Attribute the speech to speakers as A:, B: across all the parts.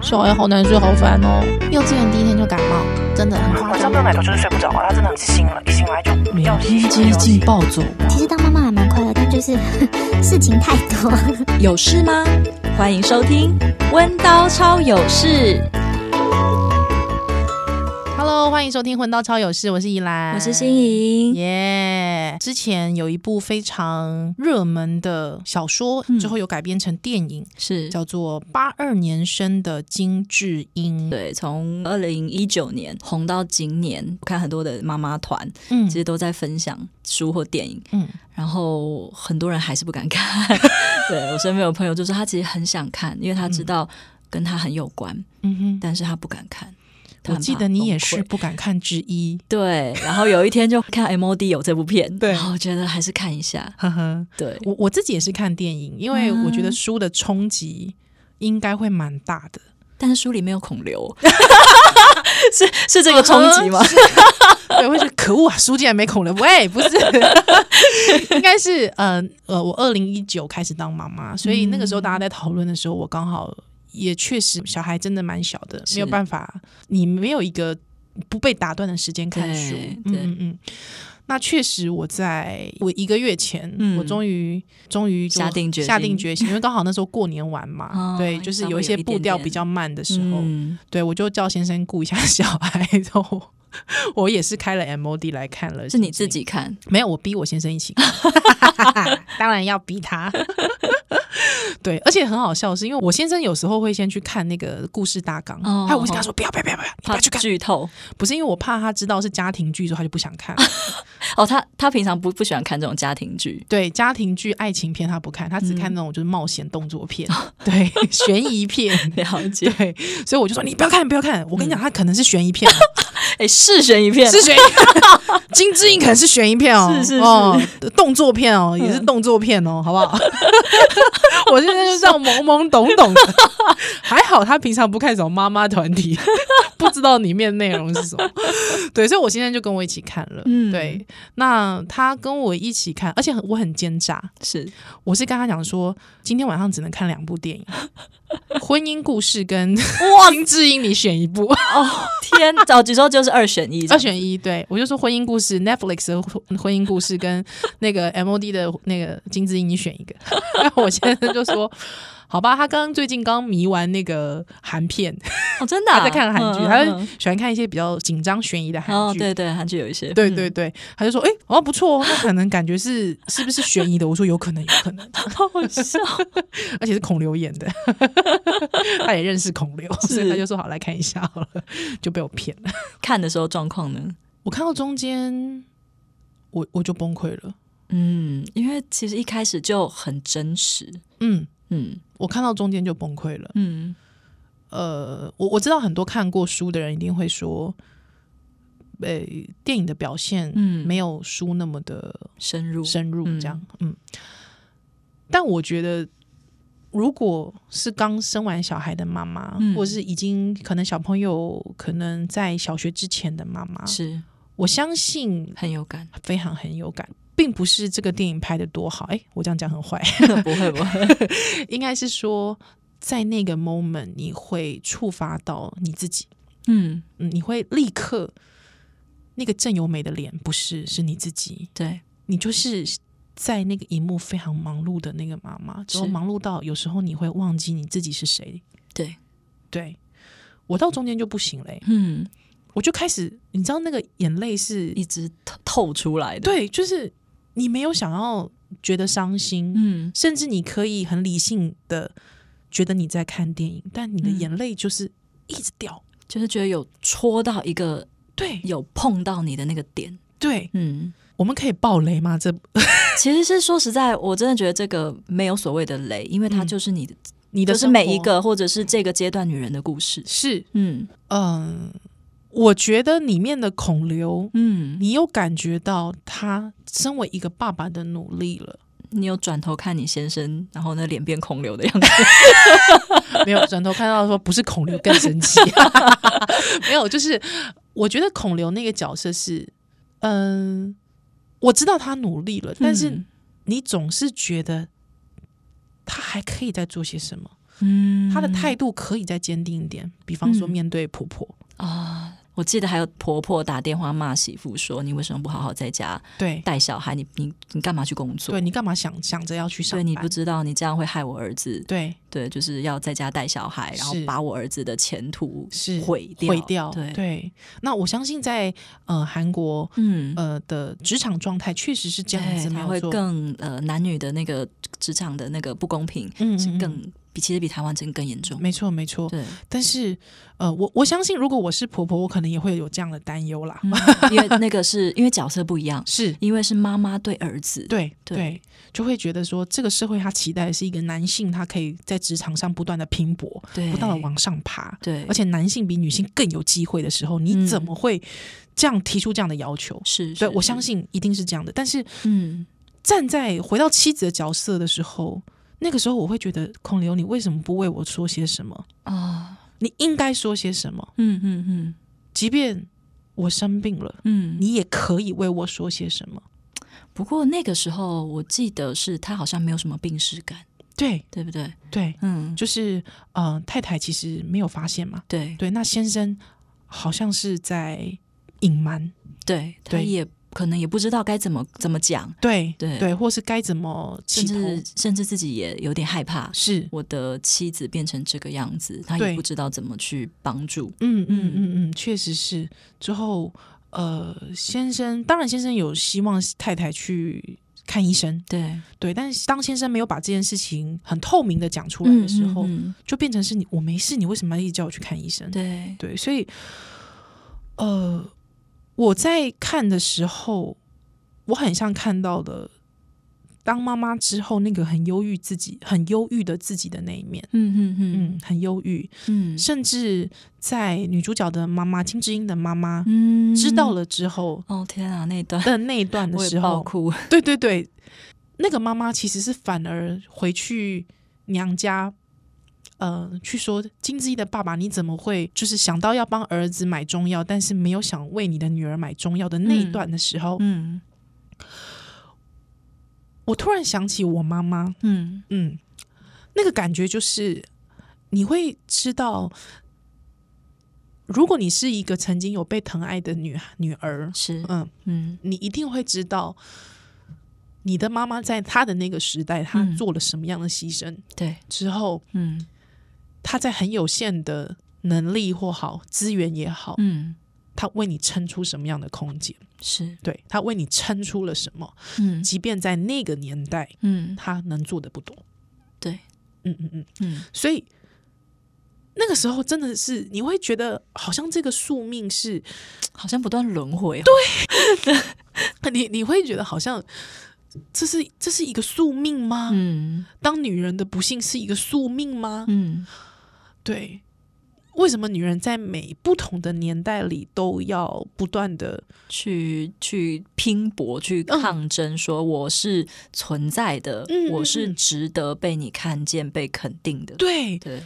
A: 小孩好难睡，好烦哦。幼稚园第一天就感冒，真的很夸
B: 晚
A: 张
B: 上嗯没。有奶头就是睡不着啊，他真的很清醒了，一醒来就
C: 每
B: 要洗
C: 天
B: 洗
C: 接
B: 要洗
C: 近暴走王
D: 其实当妈妈还蛮快乐，但就是 事情太多。
E: 有事吗？欢迎收听《温刀超有事
A: Hello，欢迎收听《混到超有事》，我是依》，兰，
E: 我是心。怡。
A: 耶之前有一部非常热门的小说，
E: 嗯
A: 之后有改编成电影，
E: 是，
A: 叫做《八二年生的金智英》。，
E: 对，从二零一九年红到今年，我看很多的妈妈团
A: 嗯
E: 其实都在分享书或电影，
A: 嗯，
E: 然后很多人还是不敢 看。对我身边有朋友就说他其实很想看，因为他知道跟他很有关，
A: 嗯哼。
E: 但是他不敢看。他
A: 我
E: 很
A: 记
E: 怕
A: 得你也
E: 崩溃
A: 是不敢看之一，
E: 对，然后有一天就看 MOD 有这部片，
A: 对
E: 然后我觉得还是看一下。
A: 呵呵。
E: 对，
A: 我我自己也是看电影，因
E: 嗯
A: 为我觉得书的冲击应该会蛮大的。
E: 但是书里没有孔 刘，是是这个冲击吗？
A: 对，会觉得可恶啊，书竟然没孔了。喂，不是， 应该是呃呃，我二零一九开始当妈妈，所以那个时候大家在讨论的时候，我刚好也确实小孩真的蛮小的，
E: 是
A: 没有办法，你没有一个不被打断的时间看书
E: 对。
A: 嗯
E: 对
A: 嗯嗯。那确实，我在我一个月前，
E: 嗯
A: 我终于终于就
E: 下定决心
A: 下定决心，因为刚好那时候过年完嘛，
E: 哦
A: 对，就是
E: 稍微
A: 有一
E: 有
A: 些
E: 一
A: 步
E: 点
A: 调
E: 点
A: 比较慢的时候，
E: 嗯
A: 对，我就叫先生顾一下 小孩，然后我也是开了 MOD 来看了。
E: 是你自？己看，
A: 没有，我逼我先生一起看， 当然要逼他。 对，而且很好笑，是因为我先生有时候会先去看那个故事大纲，
E: 哦
A: 他啊有我一直跟他说不要不要不要不要，你不
E: 怕
A: 要去看，
E: 剧透
A: 不是因为我怕他知道是家庭剧之后他就不想看。
E: 哦。他他平常不不喜欢看这种家庭 剧，
A: 对，家庭剧、爱情片他不看，他只
E: 嗯
A: 看那种就是冒险动作片，对， 悬疑 片。
E: 了解。
A: 对，所以我就说你不要看，不要看。我跟你讲，他可能是悬疑片哦。
E: 哎，是悬疑片，
A: 是悬疑， 金智英可能是悬疑片哦，
E: 是嗯是是
A: 哦，动作片哦，也是动作片哦，好不好？ 我现在就这样懵懵懂懂的，还好他平常不看什么妈妈团体， 不知道里面内容是什么。对，所以我现在就跟我一起看了。
E: 嗯
A: 对，那他跟我一起看，而且很我很奸诈，
E: 是
A: 我是跟他讲说，今天晚上只能看两部电影，《婚姻故事》跟《金智英》，你选一部。
E: 哦，天，早几周就是二选一，
A: 二选一，对我就说婚姻故事，Netflix 的婚 婚姻故事跟那个 MOD 的那个金枝英，你选一个。 然后我先生就说：“好吧，他刚刚最近刚迷完那个韩片，
E: 哦，真的啊
A: 他在看韩剧，
E: 嗯
A: 他
E: 嗯
A: 喜欢看一些比较紧张悬疑的
E: 嗯哦
A: 韩，剧。
E: 对对，韩剧有一些，
A: 对
E: 嗯
A: 对对，他就说：‘哎、哦不错哦，那可能感觉是是不是悬疑的？’我说：‘有可能，有可能，
E: 好好笑，
A: 而且是孔刘演的。’ 他也认识孔刘，所以
E: 是
A: 他就说：‘好，来看一下好了。’就被我骗了。
E: 看的时候状况呢？
A: 我看到中间，我我就崩溃了。
E: 嗯，因为其实一开始就很真实，
A: 嗯。
E: 嗯
A: 我看到中间就崩溃了。
E: 嗯，
A: 呃，我我知道很多看过书的人一定会说，呃，电影的表现
E: 嗯
A: 没有书那么的
E: 深入
A: 深入，
E: 嗯
A: 这样，嗯但我觉得，如果是刚生完小孩的妈妈，
E: 嗯
A: 或是已经可能小朋友可能在小学之前的妈妈，
E: 是
A: 我相信
E: 很 有感，
A: 非常很有感。并不是这个电影拍的多好，哎，我这样讲很坏，
E: 不会不会，
A: 应该是说，在那个 moment 你会触发到你自己，
E: 嗯，
A: 嗯，你会立刻那个郑有美的脸不是是你自己，
E: 对，
A: 你就是在那个荧幕非常忙碌的那个妈妈，之后
E: 是
A: 忙碌到有时候你会忘记你自己是谁。
E: 对，
A: 对我到中间就不行嘞、
E: 嗯，
A: 我就开始，你知道那个眼泪是，
E: 一直透透出来的，，
A: 对，就是你没有想要觉得伤心，
E: 嗯，
A: 甚至你可以很理性的觉得你在看电影，但你的
E: 嗯
A: 眼泪就是一直掉。
E: 就是觉得有戳到一个
A: 对
E: 有碰到你的那个点，
A: 对，
E: 嗯，
A: 我们可以爆雷吗？这
E: 其实是说实在，我真的觉得这个没有所谓的雷，因为它
A: 嗯
E: 就是你的，
A: 你的
E: 就是
A: 生
E: 每一
A: 活
E: 个或者是这个阶段女人的故事，
A: 是
E: 嗯
A: 嗯，我觉得里面的孔刘，
E: 嗯，
A: 你有感觉到他身为一个爸爸的努力了。
E: 你有转头看你先生，然后那脸变空流的样子，
A: 没有转头看到说不是孔刘更生气， 没有，就是我觉得孔刘那个角色是，嗯，我知道他努力了，但是
E: 嗯
A: 你总是觉得他还可以再做些什么。
E: 嗯，
A: 她的态度可以再坚定一点，比方说
E: 嗯
A: 面对婆婆，
E: 啊。我记得还有婆婆打电话骂媳妇说：“你为什么不好好在家
A: 对，
E: 带小孩？你你你干嘛去工作？
A: 对你干嘛想想着要去上
E: 对，
A: 班？
E: 你不知道你这样会害我儿子。
A: 对
E: 对，就是要在家带小孩，然后
A: 是
E: 把我儿子的前途
A: 是
E: 毁掉。
A: 毁掉，
E: 对，
A: 那我相信在呃韩国
E: 嗯，
A: 呃的职场状态确实是这样子，
E: 对，
A: 没
E: 他
A: 有
E: 会
A: 错。
E: 更呃男女的那个职场的那个不公平，
A: 嗯
E: 是
A: 嗯嗯
E: 更比其实比台湾真的更严重。
A: 没错，没错。
E: 对，
A: 但是，呃，我我相信，如果我是婆婆，我可能也会有这样的担忧啦。
E: 嗯因为那个是因为角色不一样，
A: 是，
E: 因为是妈妈对儿子，
A: 对
E: 对
A: 对，就会觉得说，这个社会他期待的是一个男性，他可以在职场上不断的拼搏，
E: 对，
A: 不断的往上爬，
E: 对，
A: 而且男性比女性更有机会的时候，
E: 嗯
A: 你怎么会这样提出这样的要求？
E: 是，
A: 对
E: 是
A: 我相，信一定是这样的。但是
E: 是嗯，
A: 站在回到妻子的角色的时候，那个时候我会觉得，孔刘，你为什么不为我说些什么？
E: 啊，
A: 你应该说些什么？
E: 嗯嗯嗯
A: 即便我生病了，
E: 嗯。
A: 你也可以为我说些什么。
E: 不过那个时候我记得是他好像没有什么病史感，
A: 对
E: 对不对？
A: 对，
E: 嗯，
A: 就是呃，太太其实没有发现嘛。
E: 对
A: 对，那先生好像是在隐瞒，
E: 对，他
A: 对
E: 也可能也不知道该怎么怎么讲，
A: 对
E: 对
A: 对，或是该怎么
E: 甚
A: 起头，
E: 至甚至自己也有点害怕，
A: 是，
E: 我的妻子变成这个样子，他也
A: 对
E: 不知道怎么去帮助。
A: 嗯嗯嗯嗯，确实是。之后呃，先生当然先生有希望太太去看医生，
E: 对，
A: 对，但是当先生没有把这件事情很透明的讲出来的时候，
E: 嗯嗯
A: 就变成是你我没事，你为什么要一直叫我去看医生
E: 嗯？对，
A: 对，所以，呃，我在看的时候，我很像看到了当妈妈之后那个很忧郁自己、很忧郁的自己的那一面。
E: 嗯嗯
A: 嗯，很忧郁，
E: 嗯
A: 甚至在女主角的妈妈金智英的妈妈、
E: 嗯
A: 知道。了之后
E: 哦天啊，那一段
A: 的那一段的
E: 我
A: 时
E: 也爆
A: 候，
E: 哭。
A: 对对对，那个妈妈其实是反而回去娘家，呃，去说金枝一的爸爸，你怎么会就是想到要帮儿子买中药，但是没有想为你的女儿买中药的那一段的时候，
E: 嗯
A: 我突然想起我妈妈，
E: 嗯
A: 嗯，那个感觉就是你会知道。如果你是一个曾经有被疼爱的女女儿，
E: 是
A: 嗯，
E: 嗯
A: 你一定会知道，你的妈妈在她的那个时代，她
E: 嗯
A: 做了什么样的牺牲，
E: 对
A: 之后
E: 嗯
A: 她在很有限的能力或好资源也好，
E: 嗯
A: 她为你撑出什么样的空间，
E: 是
A: 对她为你撑出了什么，
E: 嗯
A: 即便在那个年代，
E: 嗯
A: 她能做的不多，
E: 对
A: 嗯嗯嗯，
E: 嗯
A: 所以。那个时候真的是，你会觉得好像这个宿命是，
E: 好像不断轮回。对
A: 你你会觉得好像这是这是一个宿命吗？
E: 嗯
A: 当女人的不幸是一个宿命吗？
E: 嗯
A: 对，为什么女人在每不同的年代里都要不断的
E: 去去拼搏去
A: 嗯
E: 抗争，说我是存在的
A: 嗯，嗯
E: 我是
A: 嗯
E: 值得被你看见被肯定的。
A: 对
E: 对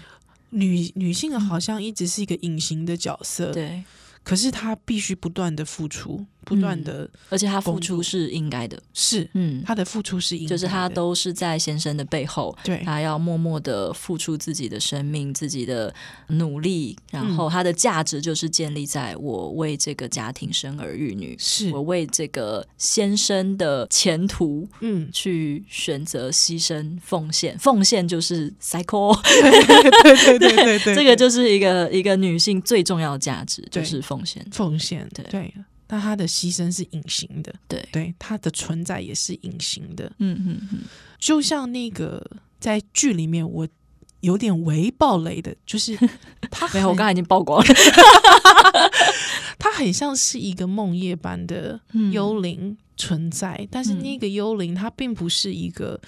A: 女女性啊好像一直是一个隐形的角色，
E: 对，
A: 可是她必须不断的付出，不断的、
E: 而且他付
A: 工
E: 出
A: 作
E: 是应该的，
A: 是
E: 嗯，
A: 她的付出是应该的，
E: 就是他都是在先生的背后，
A: 对
E: 他要默默的付出自己的生命、自己的努力，然后
A: 嗯
E: 他的价值就是建立在我为这个家庭生儿育女，
A: 是
E: 我为这个先生的前途，
A: 嗯
E: 去选择牺牲、奉献。奉献就是 cycle，
A: 对对对对对，
E: 这个就是一个一个女性最重要的价值，就
A: 对
E: 是奉献。
A: 奉献，
E: 对
A: 对，那她的牺牲是隐形的，
E: 对，
A: 对，她的存在也是隐形的，
E: 嗯嗯嗯，
A: 就像那个在剧里面，我有点微暴雷的，就是 他
E: 没有，哎我
A: 很
E: 刚才已经曝光了。
A: 他很像是一个梦夜般的
E: 嗯
A: 幽灵存在，但是
E: 嗯
A: 那个幽灵它并不是一个，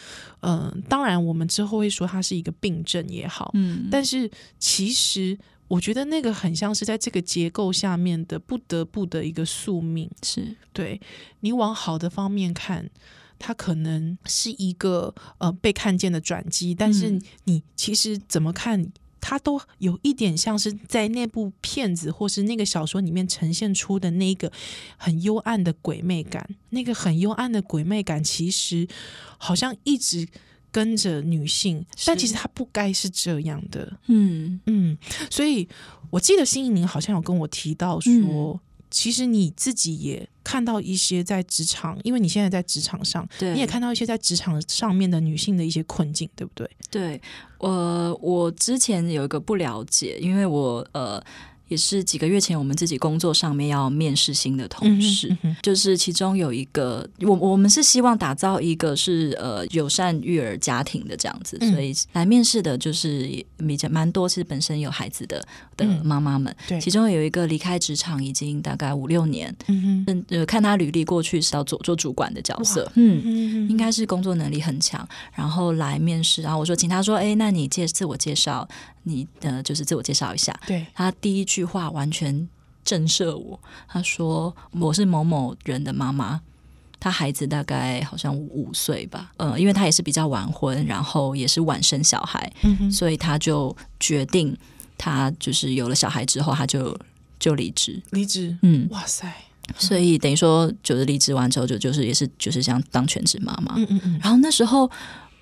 A: 嗯、当然我们之后会说它是一个病症也好，
E: 嗯，
A: 但是其实我觉得那个很像是在这个结构下面的不得不的一个宿命。
E: 是
A: 对你往好的方面看，它可能是一个呃被看见的转机，但是
E: 嗯
A: 你其实怎么看，它都有一点像是在那部片子或是那个小说里面呈现出的那个很幽暗的鬼魅感。那个很幽暗的鬼魅感，其实好像一直跟着女性，但其实
E: 是
A: 他不该是这样的。
E: 嗯
A: 嗯，所以我记得辛怡宁好像有跟我提到说，
E: 嗯
A: 其实你自己也看到一些在职场，因为你现在在职场上，
E: 对
A: 你也看到一些在职场上面的女性的一些困境，对不对？
E: 对，呃，我之前有一个不了解，因为我呃也是几个月前我们自己工作上面要面试新的同事，
A: 嗯哼
E: 就是其中有一个，我我们是希望打造一个是呃友善育儿家庭的这样子，
A: 嗯
E: 所以来面试的就是比较蛮多是本身有孩子的的
A: 嗯
E: 妈妈们，
A: 对
E: 其中有一个离开职场已经大概五六年，
A: 嗯哼
E: 嗯呃看他履历过去是要做做主管的角色
A: 哇，
E: 嗯。
A: 嗯
E: 应该是工作能力很强，然后来面试，然后我说请他说，哎，那你介自我介绍，你呃就是自我介绍一下。
A: 对，
E: 他第一句话完全震慑我，他说我是某某人的妈妈。他孩子大概好像五岁吧，呃，因为他也是比较晚婚，然后也是晚生小孩，
A: 嗯哼
E: 所以他就决定，他就是有了小孩之后，他就就离职。
A: 离职，
E: 嗯，
A: 哇塞，
E: 所以等于说就是离职完之后就就是也是就是像当全职妈妈。
A: 嗯嗯嗯，
E: 然后那时候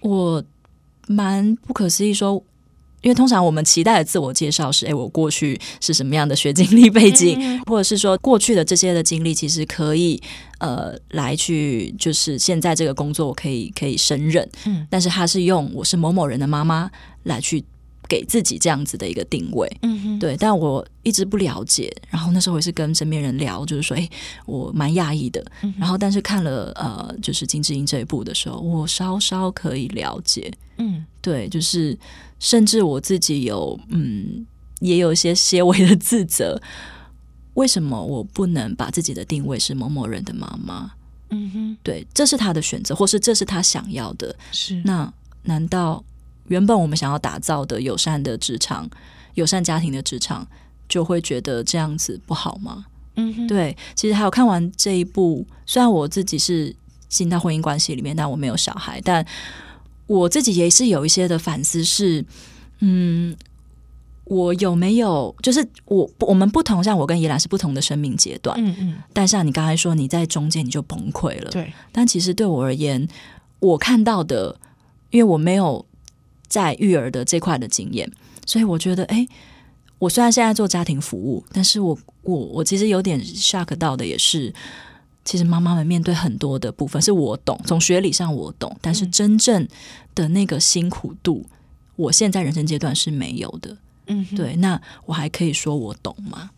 E: 我蛮不可思议说，因为通常我们期待的自我介绍是：哎，我过去是什么样的学经历背景，
A: 嗯
E: 或者是说过去的这些的经历，其实可以呃来去就是现在这个工作我可以可以胜任。
A: 嗯
E: 但是他是用我是某某人的妈妈来去给自己这样子的一个定位。
A: 嗯哼，
E: 对，但我一直不了解。然后那时候我也是跟身边人聊，就是说，哎，我蛮讶异的。然后，但是看了呃，就是金智英这一部的时候，我稍稍可以了解。
A: 嗯
E: 对，就是甚至我自己有嗯，也有一些些微的自责。为什么我不能把自己的定位是某某人的妈妈？
A: 嗯哼，
E: 对，这是他的选择，或是这是他想要的。
A: 是，
E: 那难道原本我们想要打造的友善的职场、友善家庭的职场，就会觉得这样子不好吗？
A: 嗯哼，
E: 对，其实还有看完这一部，虽然我自己是进到婚姻关系里面，但我没有小孩，但我自己也是有一些的反思是，嗯。我有没有就是我我们不同，像我跟怡兰是不同的生命阶段，
A: 嗯嗯，
E: 但像你刚才说，你在中间你就崩溃了，
A: 对，
E: 但其实对我而言，我看到的，因为我没有在育儿的这块的经验，所以我觉得，哎，我虽然现在做家庭服务，但是我我我其实有点 shock 到的也是。其实妈妈们面对很多的部分是我懂，从学理上我懂，但是
A: 嗯
E: 真正的那个辛苦度，我现在人生阶段是没有的。
A: 嗯哼，
E: 对，那我还可以说我懂吗？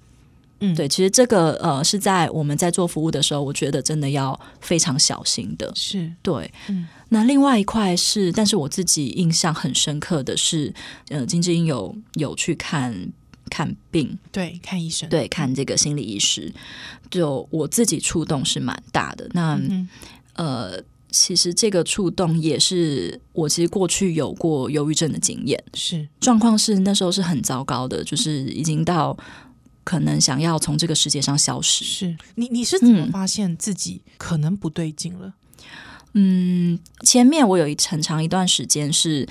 A: 嗯
E: 对，其实这个呃是在我们在做服务的时候，我觉得真的要非常小心的。
A: 是，
E: 对，
A: 嗯
E: 那另外一块是，但是我自己印象很深刻的是，呃，金智英有有去看看病，
A: 对，看医生，，
E: 对，看这个心理医师，就我自己触动是蛮大的。那、
A: 嗯
E: 呃，其实这个触动也是我其实过去有过忧郁症的经验，
A: 是，
E: 状况是那时候是很糟糕的，就是已经到可能想要从这个世界上消失，
A: 是你你是怎么
E: 嗯
A: 发现自己可能不对劲了？
E: 嗯，前面我有一很长一段时间是，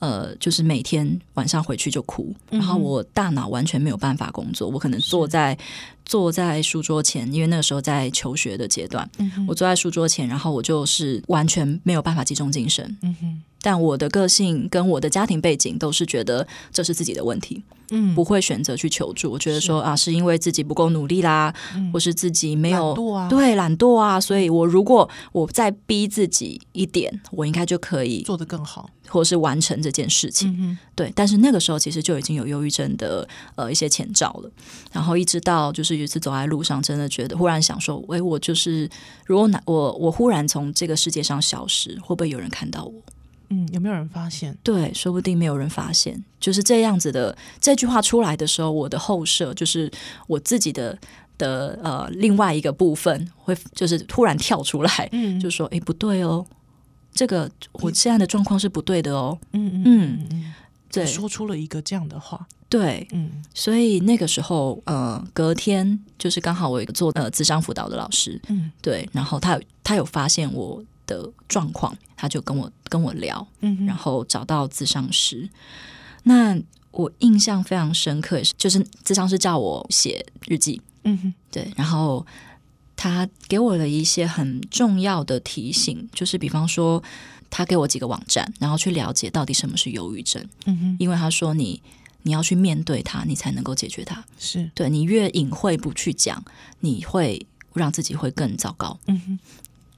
E: 呃，就是每天晚上回去就哭，
A: 嗯哼
E: 然后我大脑完全没有办法工作，我可能坐在坐在书桌前，因为那个时候在求学的阶段，
A: 嗯哼
E: 我坐在书桌前，然后我就是完全没有办法集中精神。
A: 嗯哼，
E: 但我的个性跟我的家庭背景都是觉得这是自己的问题，
A: 嗯，
E: 不会选择去求助。我觉得说啊，是因为自己不够努力啦，
A: 嗯
E: 或是自己没
A: 懒
E: 有
A: 惰啊，，
E: 对，懒惰啊，所以我如果我再逼自己一点，我应该就可以，
A: 做得更好，
E: 或是完成这件事情。
A: 嗯
E: 对，但是那个时候其实就已经有忧郁症的呃一些前兆了。然后一直到就是有一次走在路上，真的觉得忽然想说，喂，我就是如果哪我我忽然从这个世界上消失，会不会有人看到我？
A: 哼，嗯，有没有人发现？
E: 对，说不定没有人发现，就是这样子的。这句话出来的时候，我的后设就是我自己的的呃另外一个部分会就是突然跳出来，
A: 嗯
E: 就是说：“诶，不对哦，这个我现在的状况是不对的哦。
A: 嗯嗯
E: 嗯”
A: 嗯，
E: 对
A: 说出了一个这样的话，
E: 对，
A: 嗯
E: 所以那个时候呃，隔天就是刚好我有一个做呃智商辅导的老师，
A: 嗯
E: 对，然后他有他有发现我的状况，他就跟我跟我聊，
A: 嗯哼，
E: 然后找到咨商师。那我印象非常深刻，也是就是咨商师叫我写日记，
A: 嗯哼，
E: 对，然后他给我了一些很重要的提醒，就是比方说，他给我几个网站，然后去了解到底什么是忧郁症，
A: 嗯哼，
E: 因为他说你你要去面对它，你才能够解决它。
A: 是，
E: 对你越隐晦不去讲，你会让自己会更糟糕。
A: 嗯哼，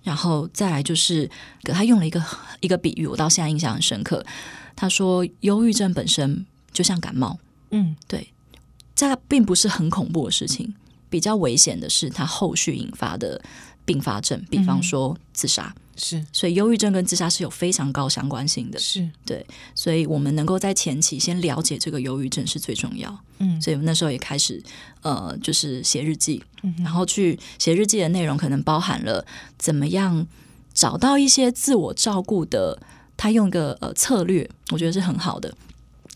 E: 然后再来就是，可他用了一个一个比喻，我到现在印象很深刻。他说，忧郁症本身就像感冒，
A: 嗯，
E: 这并不是很恐怖的事情，比较危险的是它后续引发的并发症，比
A: 嗯
E: 方说自杀。
A: 是
E: 所以，忧郁症跟自杀是有非常高相关性的。
A: 是，
E: 所以我们能够在前期先了解这个忧郁症是最重要。
A: 嗯
E: 所以我那时候也开始呃，就是写日记，
A: 嗯哼
E: 然后去写日记的内容可能包含了怎么样找到一些自我照顾的，他用一个呃策略，我觉得是很好的。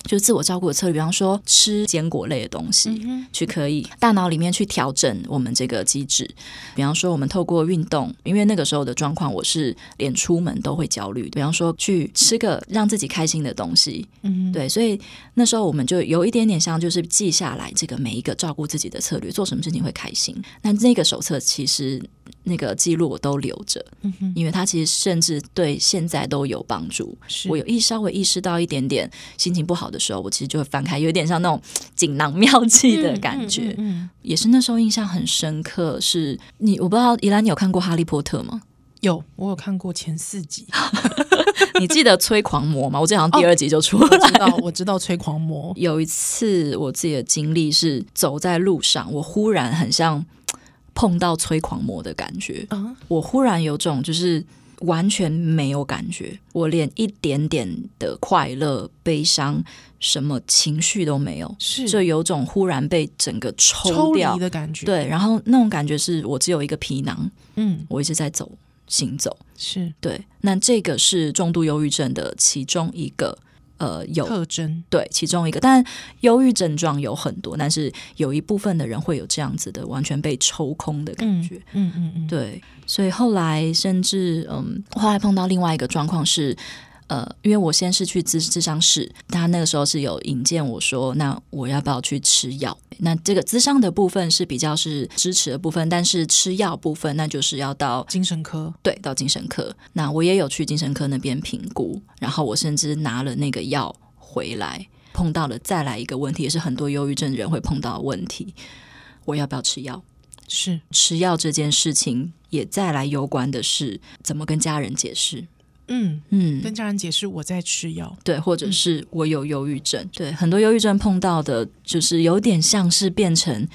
E: 就是自我照顾的策略，比方说吃坚果类的东西，
A: 嗯
E: 去可以大脑里面去调整我们这个机制。比方说，我们透过运动，因为那个时候的状况，我是连出门都会焦虑。比方说，去吃个让自己开心的东西，
A: 嗯哼，
E: 对，所以那时候我们就有一点点像，就是记下来这个每一个照顾自己的策略，做什么事情会开心。那那个手册其实那个记录我都留着，
A: 嗯哼，
E: 因为它其实甚至对现在都有帮助。
A: 是
E: 我有意稍微意识到一点点心情不好的时候，我其实就会翻开，有点像那种锦囊妙计的感
A: 嗯嗯
E: 觉。
A: 嗯嗯
E: 也是那时候印象很深刻，是你我不知道宜兰你有看过《哈利波特》 吗？
A: 有我有看过前四 集，
E: 你记得催狂魔吗？我记得好像第二集就出
A: 哦我
E: 了。
A: 知道我知道催狂魔，
E: 有一次我自己的经历是走在路上，我忽然很像碰到催狂魔的感觉，
A: 啊，
E: 我忽然有种就是完全没有感觉，我连一点点的快乐、悲伤、什么情绪都没有，
A: 是
E: 就有种忽然被整个
A: 嗯抽
E: 抽
A: 离
E: 掉。
A: 的感觉，，
E: 对，然后那种感觉是我只有一个皮囊，
A: 嗯，
E: 我一直在走行走。
A: 是
E: 对，那这个是重度忧郁症的其中一个呃有
A: 特征，
E: 对其中一个，但忧郁症状有很多，但是有一部分的人会有这样子的完全被抽空的感
A: 嗯
E: 觉。
A: 嗯嗯嗯，
E: 对，所以后来甚至嗯，后来碰到另外一个状况是。呃，因为我先是去咨咨商室，他那个时候是有引荐我说，那我要不要去吃药？那这个咨商的部分是比较是支持的部分，但是吃药部分那就是要到
A: 精神科，
E: 对，到精神科。那我也有去精神科那边评估，然后我甚至拿了那个药回来，碰到了再来一个问题，也是很多忧郁症人会碰到的问题：我要不要吃药？
A: 是，
E: 吃药这件事情也再来攸关的是怎么跟家人解释。
A: 嗯，
E: 嗯
A: 跟，嗯家人解释我在吃药，
E: 对，或者是我有忧郁症，对，很多忧郁症碰到的就是有点像是变成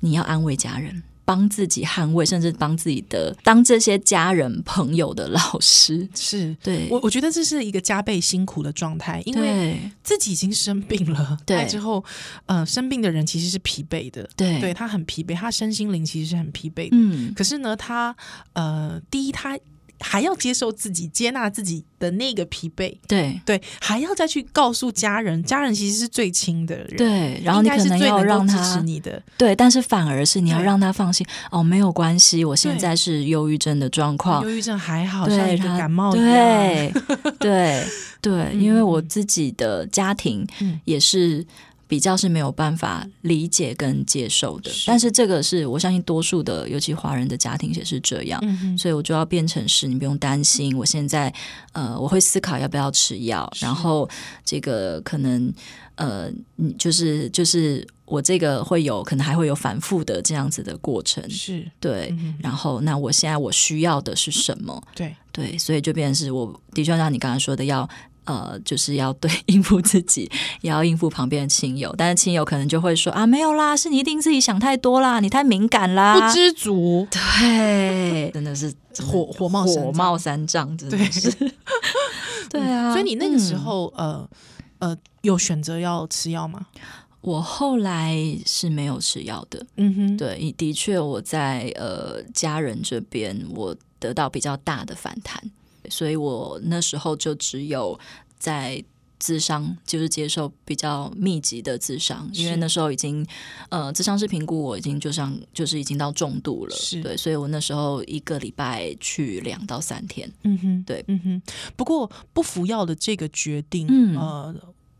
E: 你要安慰家人，帮自己捍卫，甚至帮自己的当这些家人朋友的老师。
A: 是。
E: 对，
A: 我我觉得这是一个加倍辛苦的状态，因为
E: 对
A: 自己已经生病了，
E: 对
A: 爱之后，呃，生病的人其实是疲惫的，
E: 对
A: 对他很疲惫，他身心灵其实是很疲惫的。
E: 嗯，
A: 可是呢，他呃，第一，他还要接受自己、接纳自己的那个疲惫，
E: 对
A: 对，还要再去告诉家人，家人其实是最亲的人，，
E: 对，然后你
A: 应该
E: 可
A: 是最
E: 要
A: 能
E: 让
A: 够支
E: 他
A: 持你的，
E: 对，但是反而是你要
A: 对
E: 让他放心哦，没有关系，我现
A: 对
E: 在是忧郁症的状况
A: 忧，郁症还好像
E: 哦对，
A: 一个
E: 他
A: 感冒一样，
E: 对 对对，因为我
A: 嗯
E: 自己的家庭
A: 嗯
E: 也是。比较是没有办法理解跟接受的，
A: 是
E: 但是这个是我相信多数的，尤其华人的家庭也是这样，
A: 嗯哼，
E: 所以我就要变成是，你不用担心，我现在呃，我会思考要不要吃药，
A: 是
E: 然后这个可能呃，你就是就是我这个会有可能还会有反复的这样子的过程，
A: 是，
E: 对
A: 嗯。哼
E: 然后，那我现在我需要的是什么？
A: 对，
E: 对，所以就变成是我的确像你刚刚说的要。呃，就是要对应付自己， 也要应付旁边的亲友，但是亲友可能就会说啊，没有啦，是你一定自己想太多啦，你太敏感啦，
A: 不知足，
E: 对，真的是真的
A: 火火冒哦三丈
E: 火冒三丈，真的
A: 对
E: 是。对
A: 嗯
E: 啊，
A: 所以你那个时
E: 嗯
A: 候，呃呃，有选择要吃药吗？
E: 我后来是没有吃药的。
A: 嗯哼，，
E: 对，的确我在呃家人这边我得到比较大的反弹，所以我那时候就只有在。咨商就是接受比较密集的咨商，因为
A: 是
E: 那时候已经，呃，咨商是评估我已经就像就是已经到重度了
A: 是，
E: 对，所以我那时候一个礼拜去两到三天，
A: 嗯哼，
E: 对
A: 嗯哼。不过不服药的这个决定，
E: 嗯
A: 呃，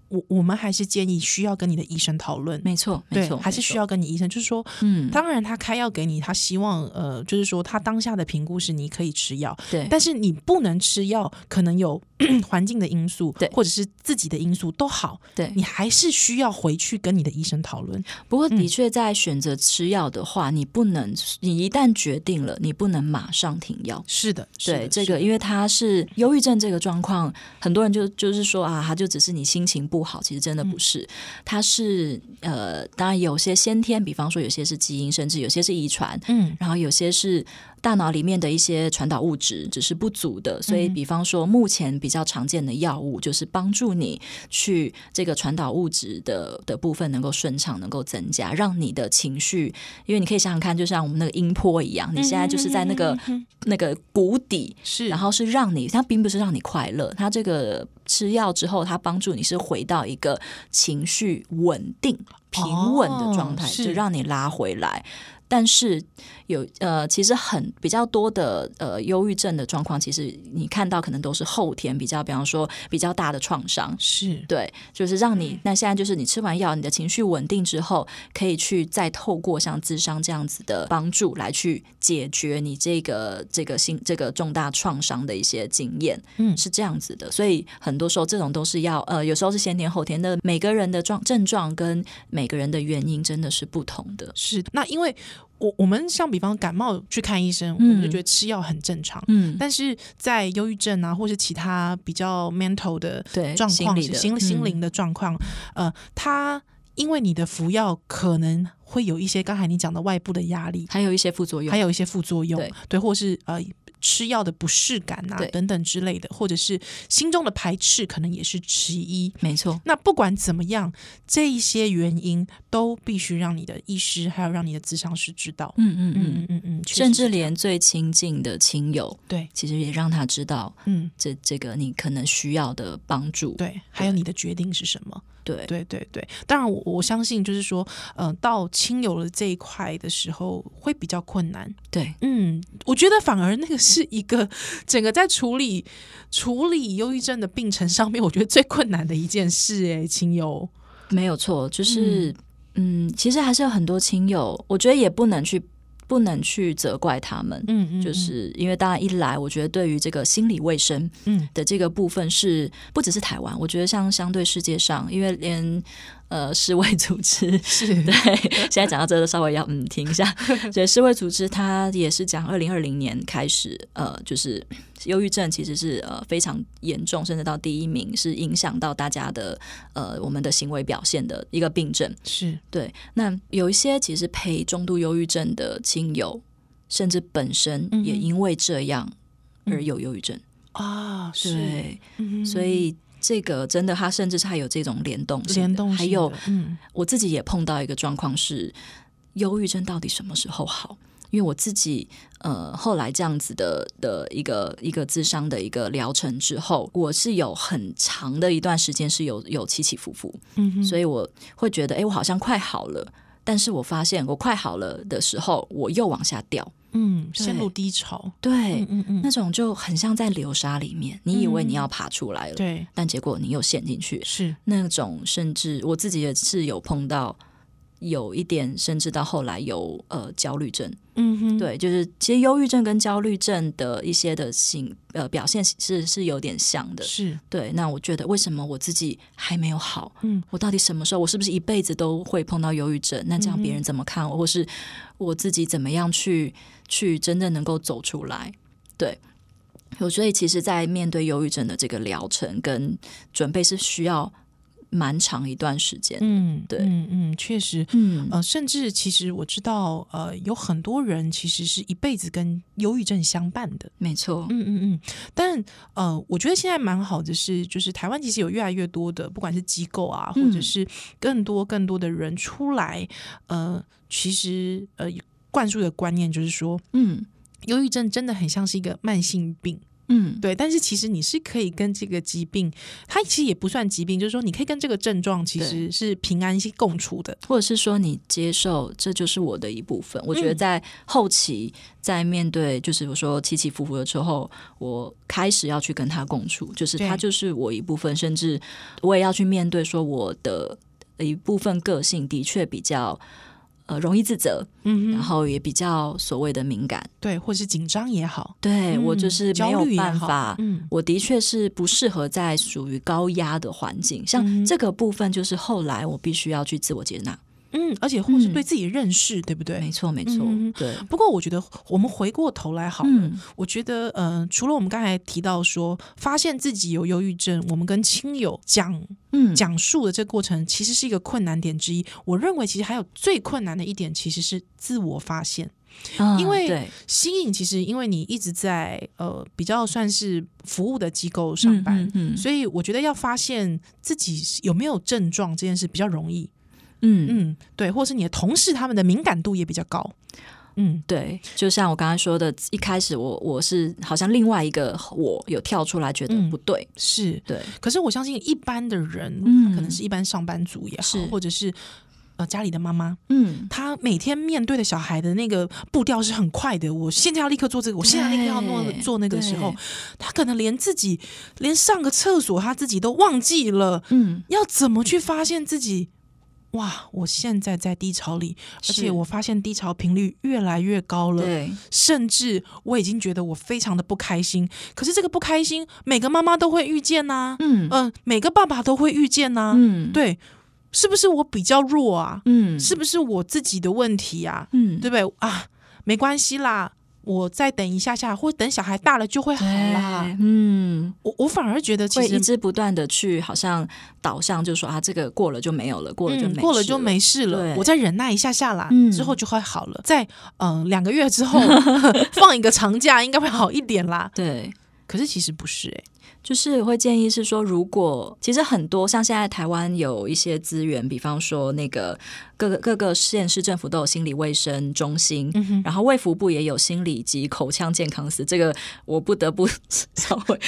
A: 我我们还是建议需要跟你的医生讨论，
E: 没错，没
A: 对
E: 错，，
A: 还是
E: 没
A: 需
E: 错
A: 要跟你医生，就是说，
E: 嗯，
A: 当然他开药给你，他希望呃，就是说他当下的评估是你可以吃药，
E: 对，
A: 但是你不能吃药，可能有 环境的因素，
E: 对
A: 或者是自己的因素都好，
E: 对
A: 你还是需要回去跟你的医生讨论。
E: 不过，
A: 嗯
E: 的确在选择吃药的话，你不能，你一旦决定了，你不能马上停药。
A: 是的，是
E: 对
A: 的
E: 这
A: 是
E: 个，
A: 的
E: 因为它是忧郁症这个状况，很多人就就是说啊，它就只是你心情不好，其实真的不是，它是呃，当然有些先天，比方说有些是基因，甚至有些是遗传，
A: 嗯
E: 然后有些是大脑里面的一些传导物质只是不足的，所以嗯比方说目前比较常见的药物就是帮助你去这个传导物质的的部分能够顺畅，能够增加，让你的情绪，因为你可以想想看，就像我们那个音波一样，你现在就是在那
A: 嗯
E: 个、嗯那个谷底，
A: 是，
E: 然后是让你，它并不是让你快乐，它这个吃药之后，它帮助你是回到一个情绪稳定、平稳的状态，
A: 哦是
E: 就让你拉回来。但是有呃，其实很比较多的呃忧郁症的状况，其实你看到可能都是后天比较，比方说比较大的创伤，
A: 是
E: 对，就是让
A: 嗯
E: 你那现在就是你吃完药，你的情绪稳定之后，可以去再透过像智商这样子的帮助来去解决你这个这个心这个重大创伤的一些经验，
A: 嗯
E: 是这样子的。所以很多时候这种都是要呃，有时候是先天后天的，每个人的状症状跟每个人的原因真的是不同的。
A: 是。那因为我我们像比方感冒去看医生，
E: 嗯
A: 我们就觉得吃药很正常。
E: 嗯，
A: 但是在忧郁症啊，或是其他比较 mental 的
E: 对，
A: 状
E: 心
A: 况、
E: 理的嗯
A: 心心灵的状况，呃，它因为你的服药可能会有一些刚才你讲的外部的压力
E: 嗯，还有一些副作用，
A: 还有一些副作用，
E: 对
A: 或是呃吃药的不适感啊
E: 对
A: 等等之类的，或者是心中的排斥，可能也是其一。
E: 没错，
A: 那不管怎么样，这一些原因都必须让你的医师还有让你的咨商师知道。
E: 嗯嗯嗯。
A: 嗯嗯嗯嗯，确实
E: 甚至
A: 是这样
E: 连最亲近的亲友，
A: 对，
E: 其实也让他知道
A: 嗯
E: 这这个你可能需要的帮助。
A: 对，还有你的决定是什么？
E: 对
A: 对对对，当然我我相信就是说，嗯、到亲友的这一块的时候会比较困难。
E: 对
A: 嗯，我觉得反而那个是一个整个在处理处理忧郁症的病程上面，我觉得最困难的一件事、哎，亲友，
E: 没有错，就是嗯其实还是有很多亲友，我觉得也不能去不能去责怪他们，
A: 嗯嗯
E: 就是因为当然一来，我觉得对于这个心理卫生
A: 嗯
E: 的这个部分是不只是台湾，我觉得像相对世界上，因为连呃世卫组织
A: 是
E: 对， 现在讲到这个稍微要嗯停一下。 所以世卫组织它也是讲二零二零年开始，呃，就是忧郁症其实是呃非常严重，甚至到第一名，是影响到大家的呃我们的行为表现的一个病症。
A: 是
E: 对，那有一些其实陪中度忧郁症的亲友，甚至本身
A: 嗯哼
E: 也因为这样而有忧郁症。
A: 啊嗯是，
E: 对，
A: 嗯
E: 所以。这个真的，它甚至是还有这种联动性的，
A: 联动性
E: 还有
A: 的嗯
E: 我自己也碰到一个状况是，忧郁症到底什么时候好？因为我自己呃后来这样子的的一个一个智商的一个疗程之后，我是有很长的一段时间是有有起起伏伏，
A: 嗯哼
E: 所以我会觉得，哎，我好像快好了。但是我发现我快好了的时候，我又往下掉。
A: 嗯陷
E: 对
A: 入低潮，
E: 对，
A: 嗯嗯嗯
E: 那种就很像在流沙里面，你以为你要爬出来了，
A: 对
E: 但结果你又陷进去。
A: 是
E: 那种甚至我自己也是有碰到，有一点甚至到后来有呃焦虑症，
A: 嗯哼
E: 对，就是其实忧郁症跟焦虑症的一些的形呃表现是是有点像的，
A: 是
E: 对。那我觉得为什么我自己还没有好？
A: 嗯，
E: 我到底什么时候？我是不是一辈子都会碰到忧郁症？那这样
A: 嗯
E: 别人怎么看我？或是我自己怎么样去去真正能够走出来？对。我所以，其实，在面对忧郁症的这个疗程跟准备是需要蛮长一段时间。
A: 嗯
E: 对
A: 嗯嗯确实。
E: 嗯，
A: 呃，甚至其实我知道，呃，有很多人其实是一辈子跟忧郁症相伴的。
E: 没错。
A: 嗯嗯嗯，但呃，我觉得现在蛮好的是，就是台湾其实有越来越多的，不管是机构啊，或者
E: 嗯
A: 是更多更多的人出来，呃，其实呃，灌输的观念就是说，
E: 嗯，
A: 忧郁症真的很像是一个慢性病，
E: 嗯，
A: 对，但是其实你是可以跟这个疾病，它其实也不算疾病，就是说你可以跟这个症状其实是平安是共处的。
E: 或者是说你接受这就是我的一部分。我觉得
A: 嗯
E: 在后期，在面对就是我说起起伏伏的时候，我开始要去跟他共处，就是
A: 对
E: 他就是我一部分，甚至我也要去面对说我的一部分个性的确比较呃容易自责，
A: 嗯
E: 然
A: 哼，
E: 后也比较所谓的敏感。
A: 对，或是紧张也好，
E: 对、
A: 嗯
E: 我就是没
A: 焦
E: 有
A: 虑也
E: 办
A: 好
E: 法。
A: 嗯，
E: 我的确是不适合在属于高压的环境，
A: 嗯
E: 像这个部分就是后来我必须要去自我接纳，
A: 嗯，而且或是
E: 嗯
A: 对自己的认识，对不对
E: 没？错，没错，
A: 嗯
E: 对，
A: 不过我觉得我们回过头来好了，
E: 嗯，
A: 我觉得，呃，除了我们刚才提到说发现自己有忧郁症，我们跟亲友讲
E: 嗯，
A: 讲述的这个过程，其实是一个困难点之一。我认为，其实还有最困难的一点，其实是自我发现。
E: 嗯
A: 因为
E: 对，
A: 吸引其实因为你一直在呃比较算是服务的机构上班，
E: 嗯嗯嗯
A: 所以我觉得要发现自己有没有症状这件事比较容易。
E: 嗯，
A: 嗯，对，或是你的同事他们的敏感度也比较高。嗯，
E: 对，就像我刚才说的，一开始我我是好像另外一个我有跳出来，觉
A: 嗯
E: 得不对，
A: 是。
E: 对，
A: 可是我相信一般的人，
E: 嗯
A: 可能是一般上班族也好
E: 是，
A: 或者是呃家里的妈妈，
E: 嗯，
A: 她每天面对的小孩的那个步调是很快的。我现在要立刻做这个，我现在立刻要弄
E: 对
A: 做那个的时候
E: 对，
A: 她可能连自己连上个厕所她自己都忘记了，
E: 嗯，
A: 要怎么去发现自己？哇！我现在在低潮里，而且
E: 是
A: 我发现低潮频率越来越高了。
E: 对，
A: 甚至我已经觉得我非常的不开心。可是这个不开心，每个妈妈都会遇见呐、
E: 嗯
A: 嗯、每个爸爸都会遇见呐、
E: 嗯，，
A: 对，是不是我比较弱啊？
E: 嗯，
A: 是，不是我自己的问题啊？
E: 嗯，
A: 对不对啊？没关系啦，我再等一下下，或等小孩大了就会好
E: 对
A: 啦。，
E: 嗯，
A: 我我反而觉得其
E: 会
A: 实
E: 一直不断的去好像导向，就说啊，这个过了就没有了，过了就
A: 嗯，
E: 没、
A: 过了就。没事了，
E: 对
A: 我再忍耐一下下啦，
E: 嗯
A: 之后就会好了。在嗯、两个月 之后放一个长假，应该会好一点啦。
E: 对，
A: 可是其实不是哎、
E: 就是会建议是说，如果其实很多像现在台湾有一些资源，比方说那个各个各个县市政府都有心理卫生中心，
A: 嗯
E: 然后卫福部也有心理及口腔健康司，这个我不得不 稍微，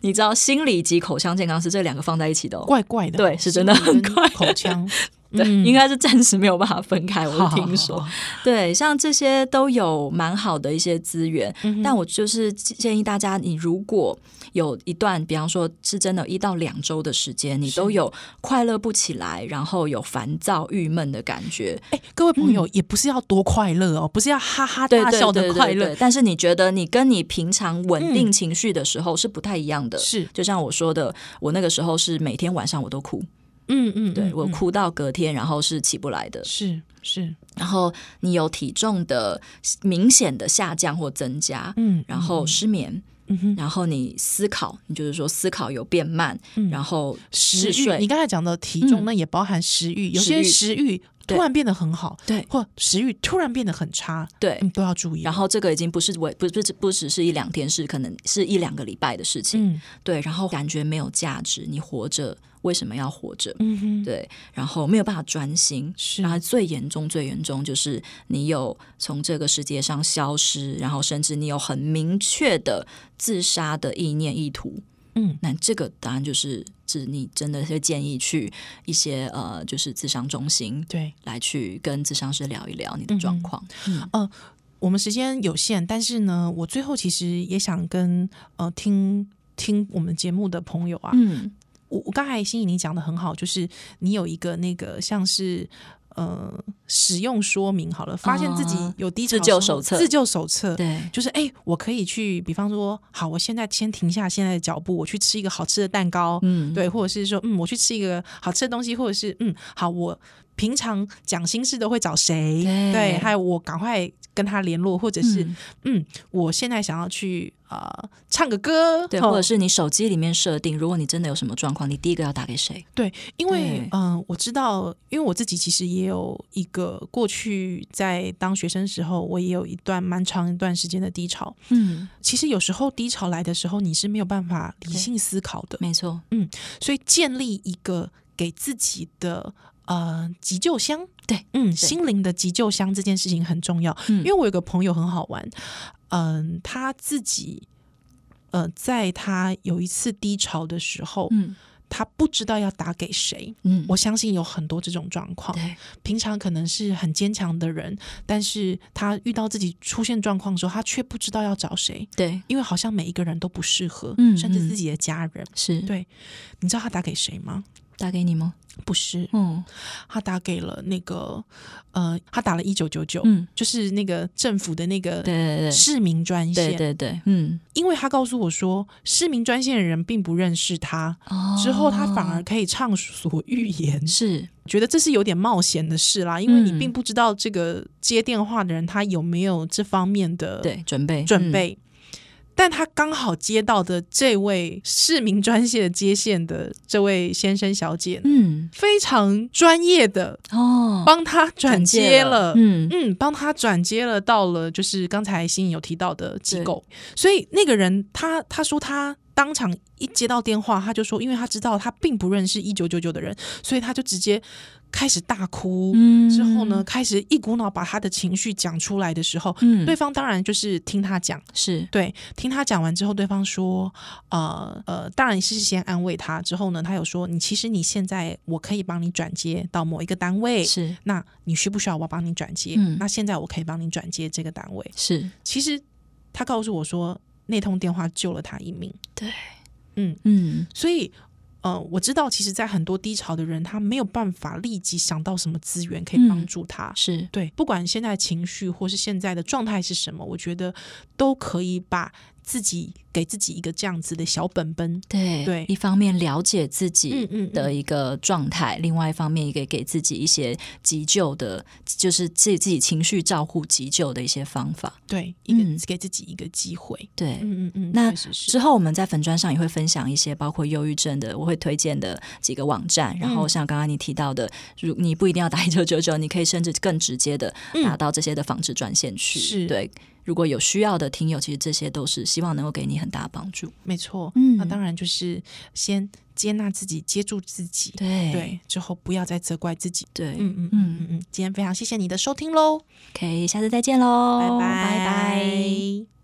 E: 你知道心理及口腔健康司这两个放在一起的、哦，
A: 怪怪的，
E: 对是真的很怪
A: 口腔，
E: 对，
A: 嗯
E: 应该是暂时没有办法分开，我
A: 好
E: 是听说，
A: 好好好
E: 对，像这些都有蛮好的一些资源，
A: 嗯
E: 但我就是建议大家，你如果有一段，比方说是真的，一到两周的时间，你都有快乐不起来，然后有烦躁、郁闷的感觉，
A: 哎、各位朋
E: 嗯
A: 友、也不是要多快乐哦，不是要哈哈大笑的快乐，嗯
E: 但是你觉得你跟你平常稳定情绪的时候是不太一样的，
A: 是，
E: 就像我说的，我那个时候是每天晚上我都哭，
A: 嗯嗯，
E: 对
A: 嗯
E: 我
A: 嗯
E: 哭到隔天，然后是起不来的，
A: 是是，
E: 然后你有体重的明显的下降或增加，
A: 嗯，
E: 然后失眠，
A: 嗯哼，
E: 然后你思考，你就是说思考有变慢，
A: 嗯
E: 然后
A: 食
E: 嗜
A: 欲，你
E: 睡，
A: 刚才讲的体重
E: 嗯
A: 那也包含食欲，有
E: 食
A: 些
E: 欲
A: 食欲突
E: 对
A: 然变得很好，
E: 对
A: 或食欲突然变得很差，
E: 对。
A: 嗯，都要注意。
E: 然，后这个已经不是我不不不不只是一两天，是可能是一两个礼拜的事情。
A: 嗯
E: 对，然后感觉没有价值，你活着为什么要活着？
A: 嗯哼，
E: 对，然后没有办法专心，
A: 是
E: 然后最严重最严重就是你有从这个世界上消失，然后甚至你有很明确的自杀的意念意图。
A: 嗯，
E: 那这个当然就是指你真的会建议去一些呃，就是智商中心
A: 对。
E: 来去跟智商师聊一聊你的状况。
A: 啊
E: 嗯
A: 我们时间有限，但是呢，我最后其实也想跟呃听听我们节目的朋友啊，
E: 嗯
A: 我我刚才心怡你讲的很好，就是你有一个那个像是呃使用说明好了，发现自己有低潮的时候、
E: 哦自救手册
A: 自救手册。
E: 对，
A: 就是哎、我可以去，比方说，好，我现在先停下现在的脚步，我去吃一个好吃的蛋糕，
E: 嗯，
A: 对，或者是说，嗯，我去吃一个好吃的东西，或者是嗯，好，我平常讲心事都会找谁？
E: 对
A: 对，还有我赶快跟他联络，或者是
E: 嗯
A: 嗯我现在想要去呃唱个歌，
E: 对，
A: 吼
E: 或者是你手机里面设定，如果你真的有什么状况，你第一个要打给谁？
A: 对，因为
E: 对
A: 嗯、呃我知道，因为我自己其实也有一个过去在当学生时候，我也有一段蛮长一段时间的低潮。
E: 嗯，
A: 其实有时候低潮来的时候，你是没有办法理
E: 对
A: 性思考的，
E: 没错，
A: 所以建立一个给自己的呃急救箱，
E: 对，
A: 嗯，心灵的急救箱这件事情很重要。
E: 嗯
A: 因为我有个朋友很好玩，嗯、他自己。呃，在他有一次低潮的时候，
E: 嗯
A: 他不知道要打给谁。
E: 嗯，
A: 我相信有很多这种状况，
E: 对
A: 平常可能是很坚强的人，但是他遇到自己出现状况的时候，他却不知道要找谁，
E: 对
A: 因为好像每一个人都不适合，
E: 嗯
A: 甚至
E: 嗯
A: 自己的家人。
E: 是，
A: 对你知道他打给谁吗？
E: 打给你吗？
A: 不是，
E: 嗯
A: 他打给了那个，呃，他打了一九九九，
E: 嗯，
A: 就是那个政府的那个
E: 对对
A: 市民专线，
E: 对对对对，嗯，
A: 因为他告诉我说，市民专线的人并不认识他，
E: 哦
A: 之后他反而可以畅所欲言，
E: 是
A: 觉得这是有点冒险的事啦，因为你
E: 嗯
A: 并不知道这个接电话的人他有没有这方面的
E: 对准备
A: 呃
E: 嗯
A: 准，备。但他刚好接到的这位市民专线接线的这位先生小姐呢，
E: 嗯
A: 非常专业的
E: 嗯哦，
A: 帮他转接了，
E: 嗯
A: 嗯，帮他转接了到了就是刚才新颖有提到的机构，所以那个人他他说他当场一接到电话，他就说，因为他知道他并不认识一九九九的人，所以他就直接开始大哭。
E: 嗯，
A: 之后呢，，开始一股脑把他的情绪讲出来的时候，
E: 嗯，
A: 对方当然就是听他讲，
E: 是
A: 对，听他讲完之后，对方说，呃呃，当然是先安慰他，之后呢，他有说，你其实你现在我可以帮你转接到某一个单位，
E: 是
A: 那你需不需要我帮你转接？
E: 嗯
A: 那现在我可以帮你转接这个单位。
E: 是，
A: 其实他告诉我说，那通电话救了他一命。
E: 对，
A: 嗯，
E: 嗯
A: 所以。呃，我知道，其实，在很多低潮的人，他没有办法立即想到什么资源可以帮
E: 嗯
A: 助他，
E: 是，
A: 对，不管现在情绪或是现在的状态是什么，我觉得都可以把自己给自己一个这样子的小本本。
E: 对
A: 对
E: 一方面了解自
A: 嗯
E: 己
A: 嗯
E: 的
A: 嗯
E: 一个状态，另外一方面也给给自己一些急救的，就是自己自己情绪照护急救的一些方法。
A: 对，一个、
E: 嗯
A: 给自己一个机会。
E: 对，
A: 嗯嗯嗯，
E: 那
A: 确实是
E: 之后我们在粉砖上也会分享一些包括忧郁症的，我会推荐的几个网站。然
A: 嗯
E: 后像刚刚你提到的，如你不一定要打一九九九，你可以甚至更直接的打到这些的防治专线去。
A: 嗯是
E: 对，如果有需要的听友，其实这些都是希望能够给你很大的帮助。
A: 没错。
E: 嗯
A: 那当然就是先接纳自己，接住自己。
E: 对
A: 对，之后不要再责怪自己。
E: 对，
A: 嗯嗯嗯嗯嗯，今天非常谢谢你的收听喽，
E: OK，下次再见喽，
A: 拜
E: 拜拜。
A: 拜